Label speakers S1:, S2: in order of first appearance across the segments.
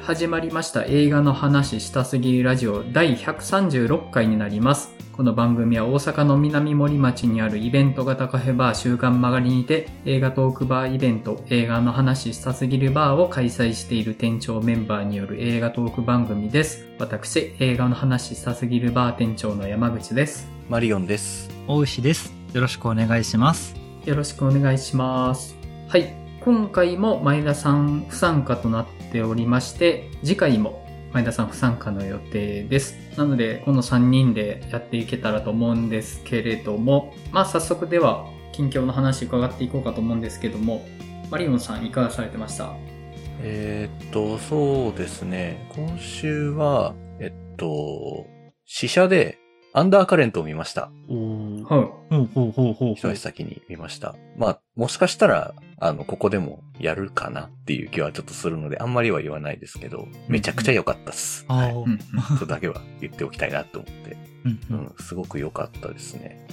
S1: 始まりました映画の話したすぎラジオ第136回になります。この番組は大阪の南森町にあるイベント型カフェバー週刊曲がりにて映画トークバーイベント映画の話したすぎるバーを開催している店長メンバーによる映画トーク番組です。私、映画の話したすぎるバー店長の山口です。
S2: マリオンです。
S3: 大牛です。よろしくお願いします。
S1: よろしくお願いします。はい。今回も前田さん不参加となっておりまして、次回も前田さん不参加の予定です。なので、この3人でやっていけたらと思うんですけれども、まあ早速では近況の話伺っていこうかと思うんですけども、マリオンさんいかがされてました
S2: えーっと、そうですね。今週は、えっと、試写で、アンダーカレントを見ました。
S3: おほ
S1: は
S3: うほうほうほう
S2: 一足先に見ました。まあ、もしかしたら、あの、ここでもやるかなっていう気はちょっとするので、あんまりは言わないですけど、めちゃくちゃ良かったっす。
S3: ああ、
S2: はい
S1: い。うん
S2: そうだけは言っておきたいなと思って。
S3: うんう
S2: うんん、すごく良かったですね。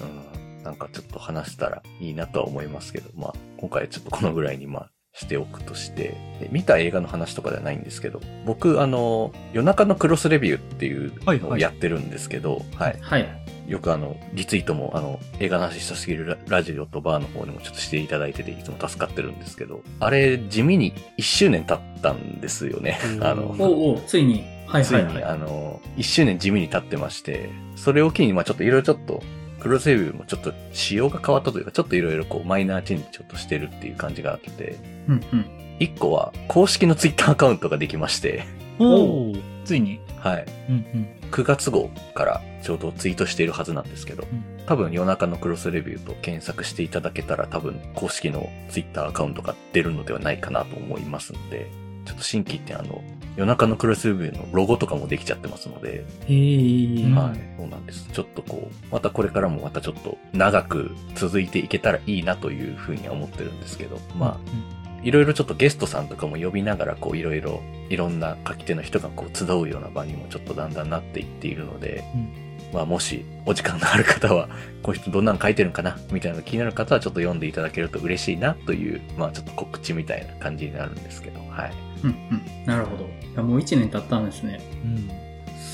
S2: うん。なんかちょっと話したらいいなとは思いますけど、まあ、今回はちょっとこのぐらいに、まあ、しておくとして、で見た映画の話とかではないんですけど、僕、あの、夜中のクロスレビューっていうのをやってるんですけど、はい、
S1: うん。はい。
S2: よくあの、リツイートも、あの、映画の話したすぎるララジオとバーの方にもちょっとしていただいてて、いつも助かってるんですけど、あれ、地味に1周年経ったんですよね。
S3: うん
S2: あの、
S1: おうおう、ついに。はい
S2: つ
S1: はいい
S2: に、
S1: は
S2: あの、1周年地味に経ってまして、それを機に、まあちょっといろいろちょっと、クロスレビューもちょっと仕様が変わったというか、ちょっといろいろこう、マイナーチェンジちょっとしてるっていう感じがあって、
S1: い。うんうん。
S2: 1個は、公式のツイッターアカウントができまして、
S3: おお、ついに。
S2: はい。
S3: うんうん。
S2: 9月号からちょうどツイートしているはずなんですけど、
S3: うん
S2: 多分夜中のクロスレビューと検索していただけたら多分公式のツイッターアカウントが出るのではないかなと思いますので、ちょっと新規ってあの、夜中のクロスレビューのロゴとかもできちゃってますの
S1: へ
S2: で、
S1: え。
S3: うん
S2: はい、そうなんです。ちょっとこう、またこれからもまたちょっと長く続いていけたらいいなというふうには思ってるんですけど、まあ、いろいろちょっとゲストさんとかも呼びながら、こういろいろ、いろんな書き手の人がこう集うような場にもちょっとだんだんなっていっているので、
S3: うん
S2: まあもしお時間のある方は、この人どんなん書いてるのかなみたいなの気になる方はちょっと読んでいただけると嬉しいなという、まあちょっと告知みたいな感じになるんですけど、はい。
S1: うんうん。なるほど。いやもう1年経ったんですね。
S3: うん。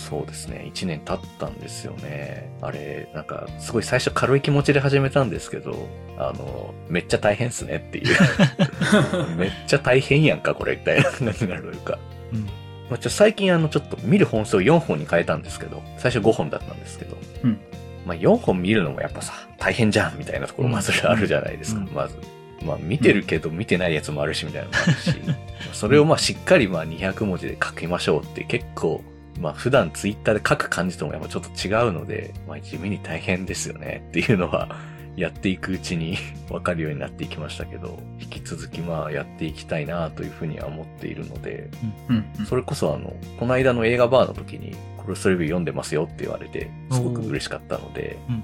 S2: そうですね。一年経ったんですよね。あれ、なんか、すごい最初軽い気持ちで始めたんですけど、あの、めっちゃ大変っすね っていう。めっちゃ大変やんか、これ、みたいな感じになるというか。
S3: うん。
S2: まあ、ちょ最近あの、ちょっと見る本数を4本に変えたんですけど、最初5本だったんですけど、
S1: うん
S2: まあ4本見るのもやっぱさ、大変じゃんみたいなところまずあるじゃないですか、
S3: うん
S2: まず。まあ見てるけど見てないやつもあるしみたいなのもあるし、それをまあしっかりまあ200文字で書きましょうって結構、まあ普段ツイッターで書く感じともやっぱちょっと違うので、まあ地味に大変ですよねっていうのは、やっていくうちに 分かるようになっていきましたけど、引き続きまあやっていきたいなというふうには思っているので、
S1: うんうん。
S2: それこそあの、この間の映画バーの時に、クロスレビュー読んでますよって言われて、すごく嬉しかったので、
S3: うん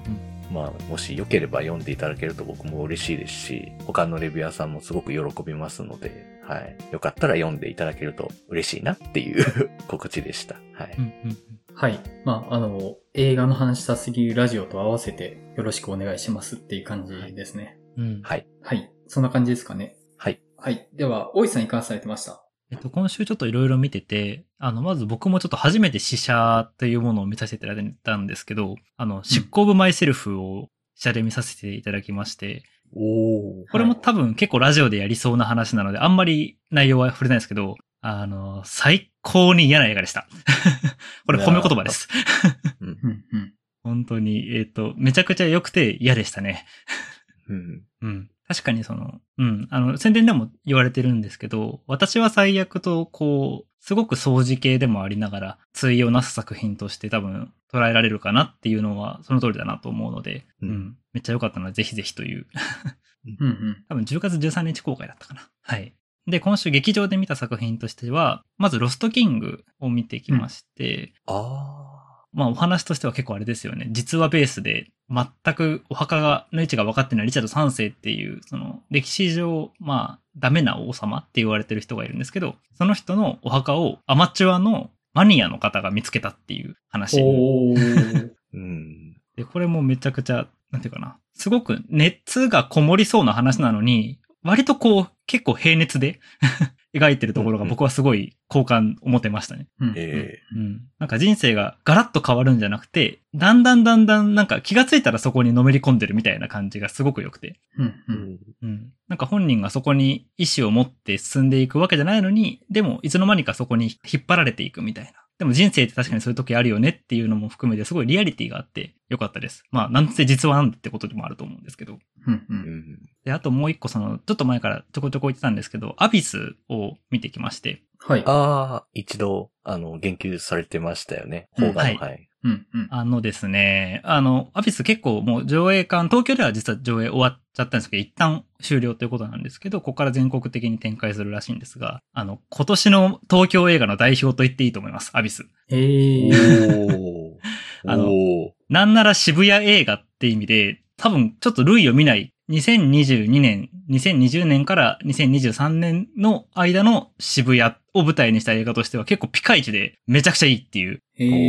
S2: まあ、もし良ければ読んでいただけると僕も嬉しいですし、他のレビュアーさんもすごく喜びますので、はい。よかったら読んでいただけると嬉しいなっていう 告知でした。はい
S3: うんう。んうん。
S1: はい。まあ、あの、映画の話したすぎるラジオと合わせてよろしくお願いしますっていう感じですね。
S3: うん
S2: はい。
S1: はい。そんな感じですかね。
S2: はい。
S1: はい。では、大石さんいかがされてました
S3: えっと、今週ちょっといろいろ見てて、あの、まず僕もちょっと初めて試写というものを見させていただいたんですけど、あの、執行部マイセルフを試写で見させていただきまして、
S2: おお。
S3: これも多分結構ラジオでやりそうな話なので、あんまり内容は触れないですけど、あの、最高に嫌な映画でした。 これ褒め言葉です。
S1: うんうん。
S3: 本当に、えっ、と、めちゃくちゃ良くて嫌でしたね。
S2: うん。
S3: うん。確かにその、うん、あの、宣伝でも言われてるんですけど、私は最悪と、こう、すごく掃除系でもありながら、対応なす作品として多分捉えられるかなっていうのは、その通りだなと思うので、
S2: う
S3: うんん、めっちゃ良かったので、ぜひぜひという
S1: うんうん。
S3: 多分10月13日公開だったかな。はい。で、今週劇場で見た作品としては、まずロストキングを見てきまして、
S2: あ
S3: まあお話としては結構あれですよね。実話ベースで、全くお墓が、の位置が分かってないリチャード3世っていう、その歴史上、まあダメな王様って言われてる人がいるんですけど、その人のお墓をアマチュアのマニアの方が見つけたっていう話。
S1: おー。
S2: ー。うん。
S3: で、これもめちゃくちゃ、なんていうかな。すごく熱がこもりそうな 話なのに、割とこう、結構平熱で描いてるところが僕はすごい好感を持てましたね。
S1: うん
S2: え
S3: うん。なんか人生がガラッと変わるんじゃなくて、だんだんだんだんなんか気がついたらそこにのめり込んでるみたいな感じがすごく良くて。
S1: うん
S2: え
S1: うん
S3: うん。なんか本人がそこに意志を持って進んでいくわけじゃないのに、でもいつの間にかそこに引っ張られていくみたいな。でも人生って確かにそういう時あるよねっていうのも含めてすごいリアリティがあってよかったです。まあなんて実はなんでってことでもあると思うんですけど。
S1: うんう
S2: うんん
S3: で、あともう一個その、ちょっと前からちょこちょこ言ってたんですけど、アビスを見てきまして、
S1: はい。
S2: ああ、一度、あの、言及されてましたよね。
S1: うん
S2: 方が、
S3: はい
S2: はい。
S1: うんうん
S3: あのですね、あの、アビス結構もう上映館、東京では実は上映終わっちゃったんですけど、一旦終了ということなんですけど、ここから全国的に展開するらしいんですが、あの、今年の東京映画の代表と言っていいと思います、アビス。
S1: え
S2: お
S1: ー
S2: ー
S3: あの
S2: おー
S3: なんなら渋谷映画って意味で、多分ちょっと類を見ない、2022年、2020年から2023年の間の渋谷を舞台にした映画としては結構ピカイチでめちゃくちゃいいっていう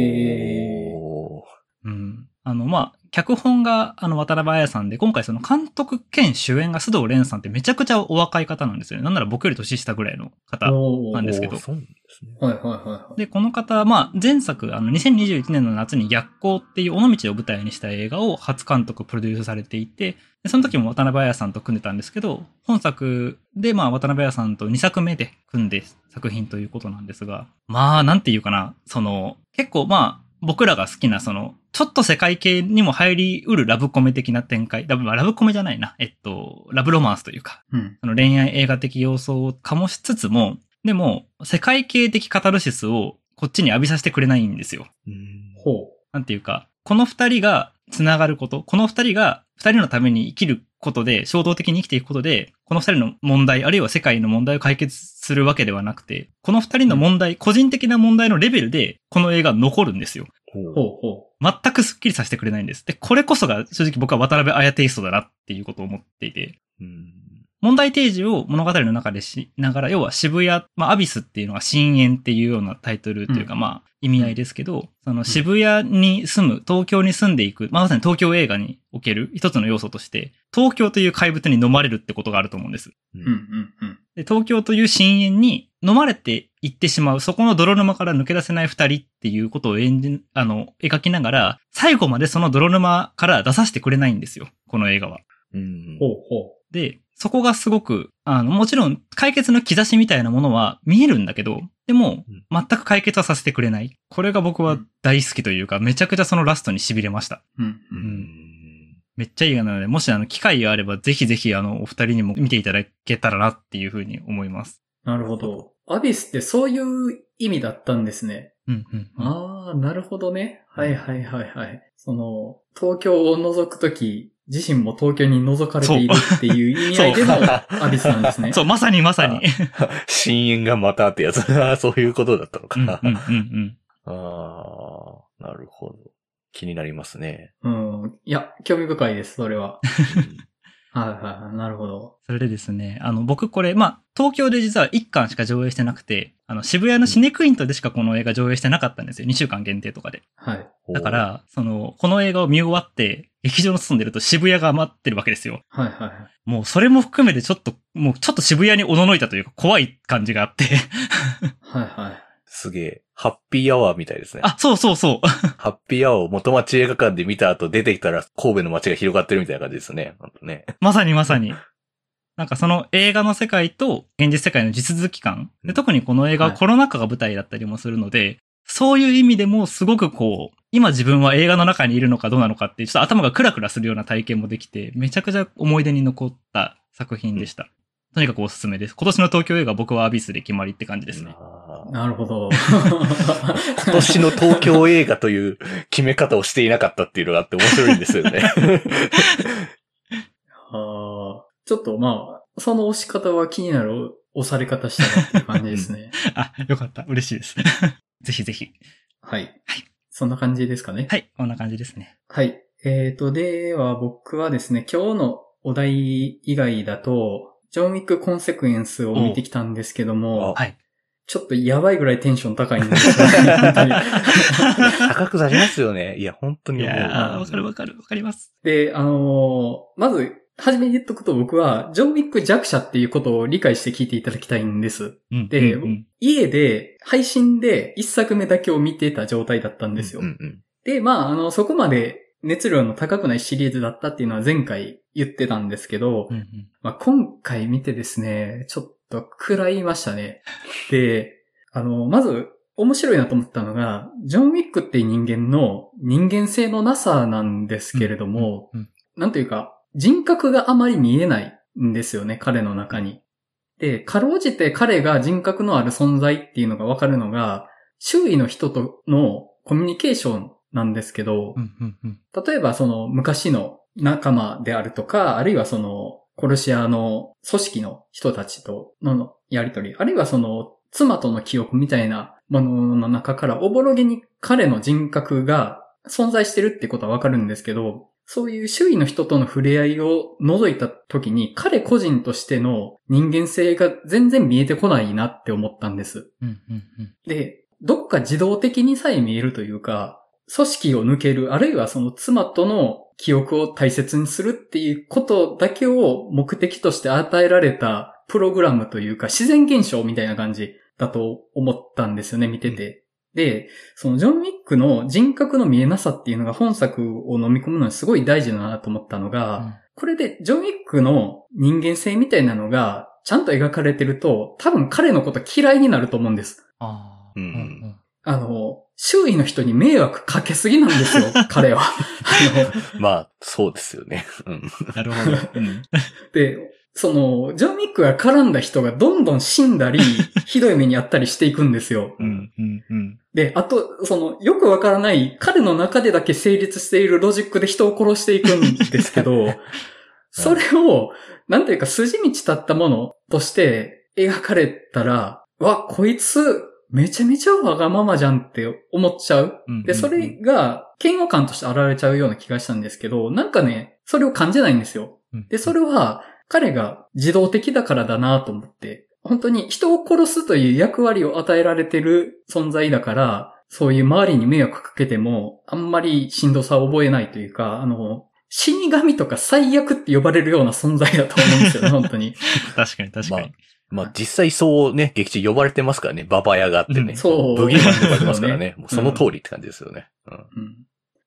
S1: えー
S2: おー
S3: うん。あの、まあ、脚本が、あの、渡辺彩さんで、今回その監督兼主演が須藤蓮さんってめちゃくちゃお若い方なんですよね。なんなら僕より年下ぐらいの方。
S1: おー
S3: なんですけど
S2: おーそうなんですね。
S1: はいはいはいはい。
S3: で、この方、まあ、前作、あの、2021年の夏に逆光っていう尾道を舞台にした映画を初監督、プロデュースされていて、でその時も渡辺彩さんと組んでたんですけど、本作で、まあ、渡辺彩さんと2作目で組んで作品ということなんですが、まあ、なんていうかな、その、結構まあ、僕らが好きな、その、ちょっと世界系にも入りうるラブコメ的な展開、ラブ、まあラブコメじゃないな、えっと、ラブロマンスというか、
S1: うん。
S3: その恋愛映画的要素を醸しつつも、でも、世界系的カタルシスをこっちに浴びさせてくれないんですよ。
S2: うん
S1: ほ
S3: なんていうか、この二人が繋がること、この二人が二人のために生きることで、衝動的に生きていくことで、この二人の問題、あるいは世界の問題を解決するわけではなくて、この二人の問題、個人的な問題のレベルで、この映画は残るんですよ。
S1: う。
S2: ほ
S1: ほ
S2: う
S1: うほ
S3: 全くスッキリさせてくれないんです。で、これこそが正直僕は渡辺綾テイストだなっていうことを思っていて。
S2: うん
S3: 問題提示を物語の中でしながら、要は渋谷、まあ、アビスっていうのが深淵っていうようなタイトルというか、
S1: うん
S3: まあ、意味合いですけど、その渋谷に住む、東京に住んでいく、まあ、まさに東京映画における一つの要素として、東京という怪物に飲まれるってことがあると思うんです。
S2: う
S1: う。
S2: ん
S1: うんうんうん。
S3: で東京という深淵に飲まれていってしまう、そこの泥沼から抜け出せない二人っていうことを演じ、あの、描きながら、最後までその泥沼から出させてくれないんですよ、この映画は。
S2: うん
S1: ほうほ
S3: で、そこがすごく、あの、もちろん解決の兆しみたいなものは見えるんだけど、でも
S2: うん、
S3: 全く解決はさせてくれない。これが僕は大好きというか、めちゃくちゃそのラストに痺れました。
S1: う。うん
S2: う
S1: うん。
S2: ん
S3: めっちゃいい映画なので、もしあの、機会があれば、ぜひぜひあの、お二人にも見ていただけたらなっていうふうに思います。
S1: なるほど。アビスってそういう意味だったんですね。
S3: うんうんうん。
S1: ああ、なるほどね。はいはいはいはい。その、東京を覗くとき、自身も東京に覗かれているっていう意味合いでの
S2: そう
S1: アビスなんですね。
S3: そう、まさにまさに。
S2: 深淵がまたってやつ。 あーそういうことだったの
S3: う
S2: か。
S3: んうんうんうん。
S2: ああ、なるほど。気になりますね。
S1: うん。いや、興味深いです、それは。はいはいはい、なるほど。
S3: それでですね、あの、僕これ、まあ、東京で実は1巻しか上映してなくて、あの、渋谷のシネクイントでしかこの映画上映してなかったんですよ。2週間限定とかで。
S1: はい。
S3: だか、ら、その、この映画を見終わって、劇場の外に出ると渋谷が待ってるわけですよ。
S1: はいはいはい。
S3: もうそれも含めてちょっと、もうちょっと渋谷におののいたというか怖い感じがあって。
S1: はいはい。
S2: すげえ、ハッピーアワーみたいですね。
S3: あ、そうそうそう。
S2: ハッピーアワーを元町映画館で見た後出てきたら神戸の街が広がってるみたいな感じですね。ほんとね。
S3: まさにまさに。なんかその映画の世界と現実世界の地続き感。で特にこの映画は
S1: はい
S3: コロナ禍が舞台だったりもするので、そういう意味でもすごくこう、今自分は映画の中にいるのかどうなのかっていう、ちょっと頭がクラクラするような体験もできて、めちゃくちゃ思い出に残った作品でした。とにかくおすすめです。今年の東京映画僕はアビスで決まりって感じですね。
S2: あー
S1: なるほど。
S2: 今年の東京映画という決め方をしていなかったっていうのがあって面白いんですよね。
S1: あーちょっとまあ、その押し方は気になる押され方したなっていう感じですね。
S3: あ、よかった。嬉しいです。 ぜひぜひ。
S1: はい。そんな感じですかね。
S3: はい、こんな感じですね。
S1: はい。えーと、では僕はですね、今日のお題以外だと、ジョン・ウィック・コンセクエンスを見てきたんですけど
S2: お
S1: も、
S3: はい。
S1: ちょっとやばいぐらいテンション高いんですよ ね本当に
S2: 高 くなりますよね。いや、本当
S3: い
S2: にもう。
S3: やーわかるわかる。わかります。
S1: で、あのーまずはじめに言っとくと僕は、ジョン・ウィック弱者っていうことを理解して聞いていただきたいんです。
S3: うん
S1: で
S3: うんうん
S1: 家で、配信で一作目だけを見てた状態だったんですよ。
S2: うんうん。
S1: で、まあ、あの、そこまで熱量の高くないシリーズだったっていうのは前回言ってたんですけど、
S3: うんうん
S1: まあ、今回見てですね、ちょっと食らいましたね。で、あの、まず面白いなと思ったのが、ジョン・ウィックっていう人間の人間性のなさなんですけれども、
S3: うんうん
S1: なんというか、人格があまり見えないんですよね、彼の中に。で、かろうじて彼が人格のある存在っていうのがわかるのが、周囲の人とのコミュニケーションなんですけど、
S3: うんうんうん
S1: 例えばその昔の仲間であるとか、あるいはそのコルシアの組織の人たちとのやりとり、あるいはその妻との記憶みたいなものの中からおぼろげに彼の人格が存在してるってことはわかるんですけど、そういう周囲の人との触れ合いを除いた時に彼個人としての人間性が全然見えてこないなって思ったんです。
S3: うんうんうん
S1: で、どっか自動的にさえ見えるというか、組織を抜ける、あるいはその妻との記憶を大切にするっていうことだけを目的として与えられたプログラムというか自然現象みたいな感じだと思ったんですよね、見てて。で、そのジョン・ウィックの人格の見えなさっていうのが本作を飲み込むのにすごい大事だなと思ったのが、これでジョン・ウィックの人間性みたいなのがちゃんと描かれてると多分彼のこと嫌いになると思うんです。
S3: あー
S2: う
S3: うんん
S2: うん
S3: うん
S1: あの、周囲の人に迷惑かけすぎなんですよ、彼は。あの
S2: まあ、そうですよね。うん。
S3: なるほど。うん
S1: で、その、ジョン・ミックが絡んだ人がどんどん死んだり、ひどい目にあったりしていくんですよ。
S3: うんうんうん
S1: で、あと、その、よくわからない、彼の中でだけ成立しているロジックで人を殺していくんですけど、それを、なんていうか、筋道立ったものとして描かれたら、わ、こいつ、めちゃめちゃわがままじゃんって思っちゃう
S3: うん
S1: で、それが、嫌悪感として現れちゃうような気がしたんですけど、なんかね、それを感じないんですよ。で、そ
S3: れ、
S1: れは、彼が自動的だからだなと思って、本当に人を殺すという役割を与えられてる存在だから、そういう周りに迷惑かけても、あんまりしんどさを覚えないというか、あの、死神とか最悪って呼ばれるような存在だと思うんですよね、本当に。
S3: 確かに確かに。
S2: まあ、実際そうね、劇中呼ばれてますからね、ババアがあって
S3: う
S2: ね。
S3: ん
S1: そう
S2: ブギーマンとかありますからね。もうその通りって感じですよね。うん。
S1: うん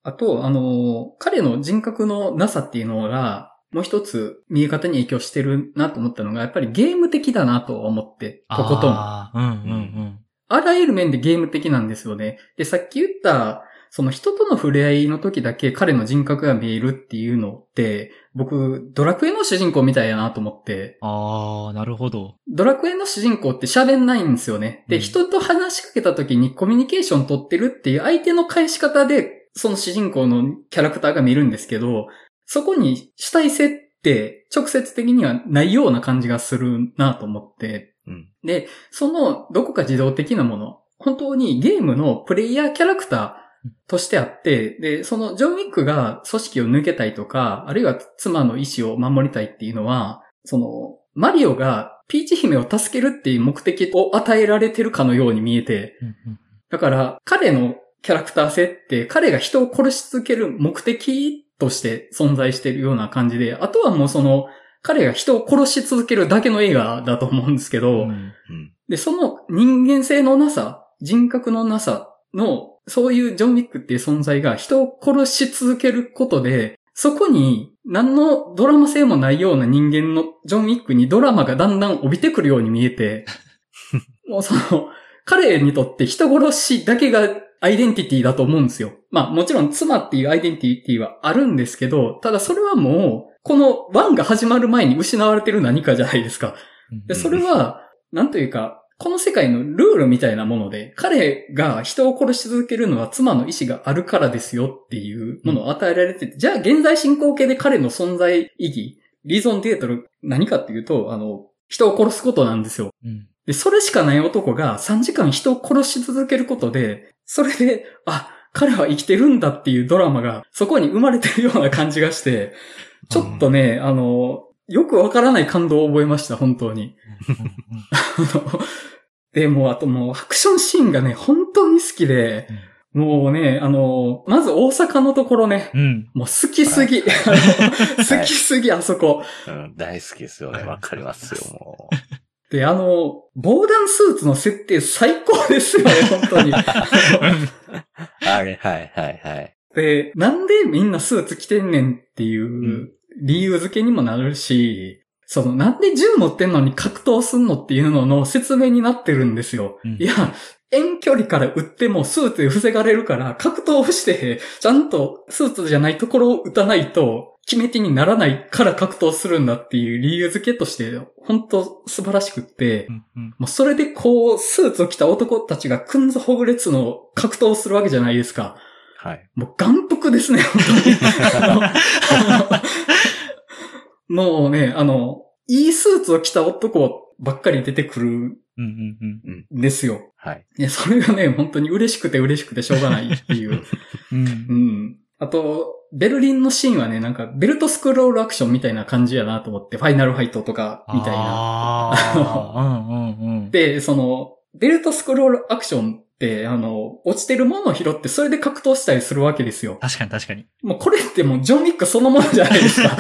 S1: あと、あのー彼の人格のなさっていうのが、もう一つ見え方に影響してるなと思ったのが、やっぱりゲーム的だなと思って、とことん。あ
S3: あーうんうん
S1: らゆる面でゲーム的なんですよね。で、さっき言った、その人との触れ合いの時だけ彼の人格が見えるっていうのって、僕、ドラクエの主人公みたいやなと思って、
S3: うん。ああ、なるほど。
S1: ドラクエの主人公って喋んないんですよね。で、
S3: うん
S1: 人と話しかけた時にコミュニケーション取ってるっていう相手の返し方で、その主人公のキャラクターが見るんですけど、そこに主体性って直接的にはないような感じがするなと思って。
S2: うん。
S1: で、そのどこか自動的なもの、本当にゲームのプレイヤーキャラクター、としてあって、で、そのジョン・ウィックが組織を抜けたいとか、あるいは妻の意思を守りたいっていうのは、その、マリオがピーチ姫を助けるっていう目的を与えられてるかのように見えて、
S3: うんうん
S1: だから彼のキャラクター性って彼が人を殺し続ける目的として存在してるような感じで、あとはもうその、彼が人を殺し続けるだけの映画だと思うんですけど、
S3: うん
S2: うん。
S1: で、その人間性のなさ、人格のなさの、そういうジョン・ウィックっていう存在が人を殺し続けることで、そこに何のドラマ性もないような人間のジョン・ウィックにドラマがだんだん帯びてくるように見えて、もうその、彼にとって人殺しだけがアイデンティティだと思うんですよ。まあもちろん妻っていうアイデンティティはあるんですけど、ただそれはもう、このワンが始まる前に失われてる何かじゃないですか。
S3: うん
S1: で、それは、なんというか、この世界のルールみたいなもので、彼が人を殺し続けるのは妻の意志があるからですよっていうものを与えられてて、じゃあ現在進行形で彼の存在意義、リーゾンデートル何かっていうと、あの、人を殺すことなんですよ。
S3: うん
S1: で、それしかない男が3時間人を殺し続けることで、それで、あ、彼は生きてるんだっていうドラマがそこに生まれてるような感じがして、ちょっとね、あの、よくわからない感動を覚えました、本当に。 あので、もうあともうアクションシーンがね、本当に好きで、もうね、あの、まず大阪のところね、
S3: うん。
S1: もう好きすぎ。あの好きすぎ、あそこ。
S2: うん、大好きです よね。わかりますよ、もう。
S1: で、あの、防弾スーツの設定最高です よね、本当に。
S2: あれ、はい、はい、はい。
S1: で、なんでみんなスーツ着てんねんっていうん理由付けにもなるし、そのなんで銃持ってんのに格闘すんのっていうのの説明になってるんですよ。
S3: うん
S1: いや、遠距離から撃ってもスーツで防がれるから格闘をして、ちゃんとスーツじゃないところを撃たないと決め手にならないから格闘するんだっていう理由付けとして、本当素晴らしくって、
S3: うんうん
S1: もうそれでこう、スーツを着た男たちがくんずほぐれつの格闘をするわけじゃないですか。
S2: はい。
S1: もう眼福ですね、本当に。 もうね、あの、いいスーツを着た男ばっかり出てくるん
S3: うんうんうん
S1: ですよ。
S2: はい。
S1: いや、それがね、本当に嬉しくて嬉しくてしょうがないっていう。
S3: うん
S1: うん。あと、ベルリンのシーンはね、なんか、ベルトスクロールアクションみたいな感じやなと思って、ファイナルファイトとか、みたいな。
S3: あーうんうんうん。
S1: で、その、ベルトスクロールアクションって、あの、落ちてるものを拾って、それで格闘したりするわけですよ。
S3: 確かに確かに。
S1: もうこれってもうジョン・ウィックそのものじゃないですか。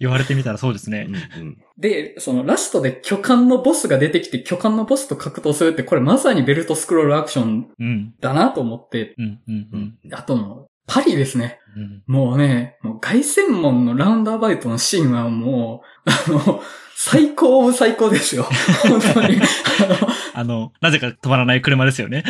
S3: 言われてみたらそうです
S2: う
S3: ね。
S2: んうん、
S1: で、そのラストで巨漢のボスが出てきて巨漢のボスと格闘するって、これまさにベルトスクロールアクション
S3: うん。
S1: だなと思って、
S3: うんうんうん
S1: あとの、パリですね。
S3: うん。
S1: もうね、もう凱旋門のラウンドアバイトのシーンはもう、あの、最高オブ最高です よ。本当に。あの
S3: あの、なぜか止まらない車ですよね。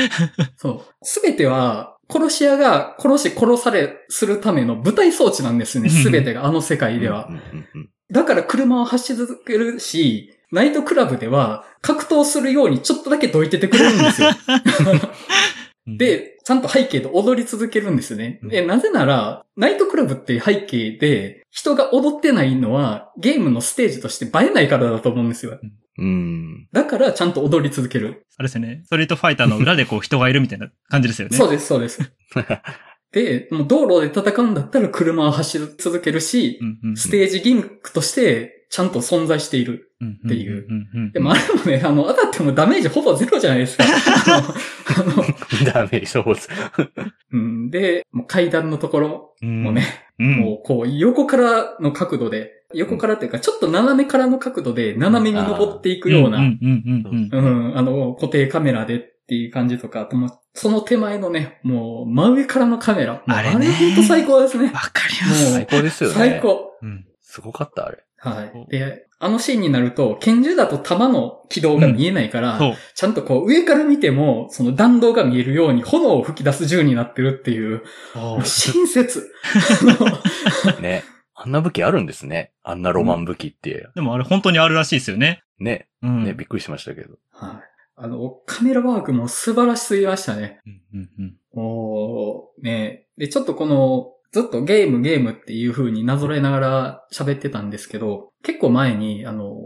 S1: そう。すべては、殺し屋が殺し殺されするための舞台装置なんですね。すべてが、あの世界では
S2: う。んうんうん
S1: だから車を走り続けるし、ナイトクラブでは格闘するようにちょっとだけどいててくれるんですよ。
S3: うん、
S1: で、ちゃんと背景で踊り続けるんですね。で、なぜなら、ナイトクラブっていう背景で人が踊ってないのはゲームのステージとして映えないからだと思うんですよ。
S2: うん。
S1: だからちゃんと踊り続ける。
S3: あれですよね。ストリートファイターの裏でこう人がいるみたいな感じですよね。
S1: そう
S3: う。
S1: です、そう です。で、もう道路で戦うんだったら車を走り続けるし、
S3: んうんうん、
S1: ステージギミックとしてちゃんと存在している。
S3: って
S1: いうん
S3: うん
S1: でもあれもね、あの、当たってもダメージほぼゼロじゃない ですか。あのあの、
S2: ダメ、そうです。
S1: うん、で、もう階段のところ
S3: うん。
S1: もね、
S3: うん、
S1: もうこう横からの角度で、横からっていうかちょっと斜めからの角度で斜めに登っていくような、
S3: うんうんうんうん。
S1: うん、あの、固定カメラでっていう感じとか、あともうその手前のね、もう真上からのカメラ。もう
S3: あれね
S1: ほんと最高ですね
S3: わ。かります。
S2: 最高ですよね。
S1: 最。高。
S3: うん。
S2: すごかった、あれ。
S1: はい。で、あのシーンになると、拳銃だと弾の軌道が見えないから、
S3: そう。
S1: ちゃんとこう上から見ても、その弾道が見えるように炎を吹き出す銃になってるっていう、親 切。
S2: ね。あんな武器あるんですね。あんなロマン武器って。
S3: でもあれ本当にあるらしいですよね。
S2: ね。
S3: うん。
S2: ね、びっくりしましたけど。
S1: はい。あの、カメラワークも素晴らしすぎましたね。
S3: うんうんうん
S1: もう、ね。で、ちょっとこの、ずっとゲームゲームっていう風になぞらえながら喋ってたんですけど、結構前に、あの、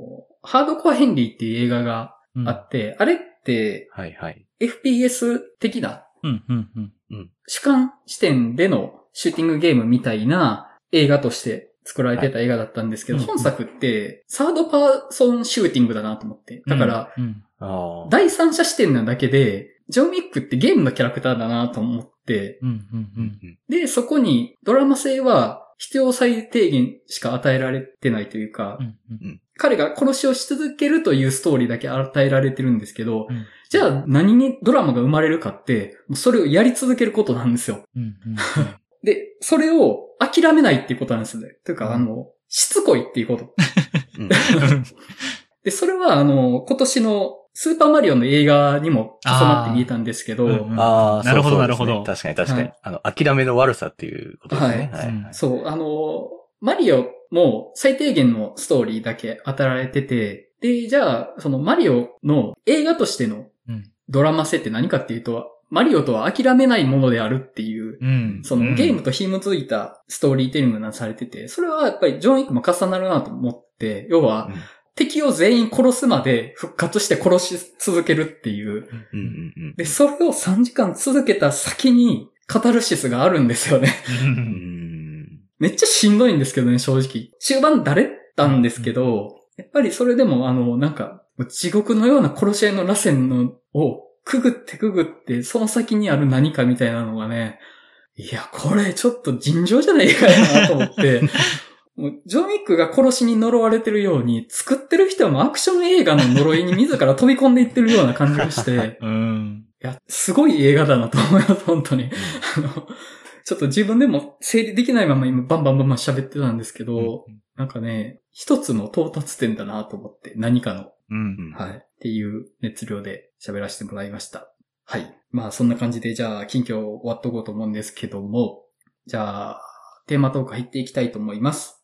S1: ハードコアヘンリーっていう映画が
S3: うん
S1: あって、あれって
S2: はい、はい。
S1: FPS 的な
S3: うんうんうん。
S1: 主観視点でのシューティングゲームみたいな映画として作られてた映画だったんですけど、
S3: はい
S1: 本作ってサードパーソンシューティングだなと思って。だから、
S3: うん、
S2: ああ。
S1: 第三者視点なだけで、ジョン・ウィックってゲームのキャラクターだなと思って、
S3: うんうんうん
S1: で、そこにドラマ性は必要最低限しか与えられてないというか、
S3: うんうん
S1: 彼が殺しをし続けるというストーリーだけ与えられてるんですけど、
S3: うん
S1: じゃあ何にドラマが生まれるかって、もうそれをやり続けることなんですよ。
S3: う んうん
S1: で、それを諦めないっていうことなんですね。というか、
S3: うん
S1: あの、しつこいっていうこと。
S2: うん
S3: うん
S1: で、それはあの、今年のスーパーマリオの映画にも重なって見えたんですけど、
S3: あーうんうん
S2: ああ、
S3: なるほ
S2: そうそうです
S3: ど
S2: ね
S3: なるほど
S2: 確かに、確かに
S1: はい。
S2: あの、諦めの悪さっていうことですね。
S1: は
S2: はい。はい
S1: そう、あの、マリオも最低限のストーリーだけ与えられてて、で、じゃあ、そのマリオの映画としての
S3: うん
S1: ドラマ性って何かっていうと、マリオとは諦めないものであるっていう
S3: うん
S1: そのゲームと紐づいたストーリーテリングがされてて、それはやっぱりジョン・ウィックも重なるなと思って、要は
S2: うん
S1: 敵を全員殺すまで復活して殺し続けるっていう。
S2: うんうんうん。
S1: で、それを3時間続けた先にカタルシスがあるんですよね。
S3: う
S2: うんん。
S1: めっちゃしんどいんですけどね、正直。終盤だれったんですけど、やっぱりそれでもあの、なんか、地獄のような殺し合いの螺旋のをくぐってくぐって、その先にある何かみたいなのがね、いや、これちょっと尋常じゃないかやなと思って、もうジョン・ウィックが殺しに呪われてるように、作ってる人もアクション映画の呪いに自ら飛び込んでいってるような感じがして、
S3: うん。
S1: いや、すごい映画だなと思います、本当に。あの、ちょっと自分でも整理できないまま今バンバンバンバン喋ってたんですけど、なんかね、一つの到達点だなと思って、何かの、
S3: うん。
S1: はい、っていう熱量で喋らせてもらいました。はい。まあそんな感じで、じゃあ近況終わっとこうと思うんですけども、じゃあ、テーマトーク入っていきたいと思います。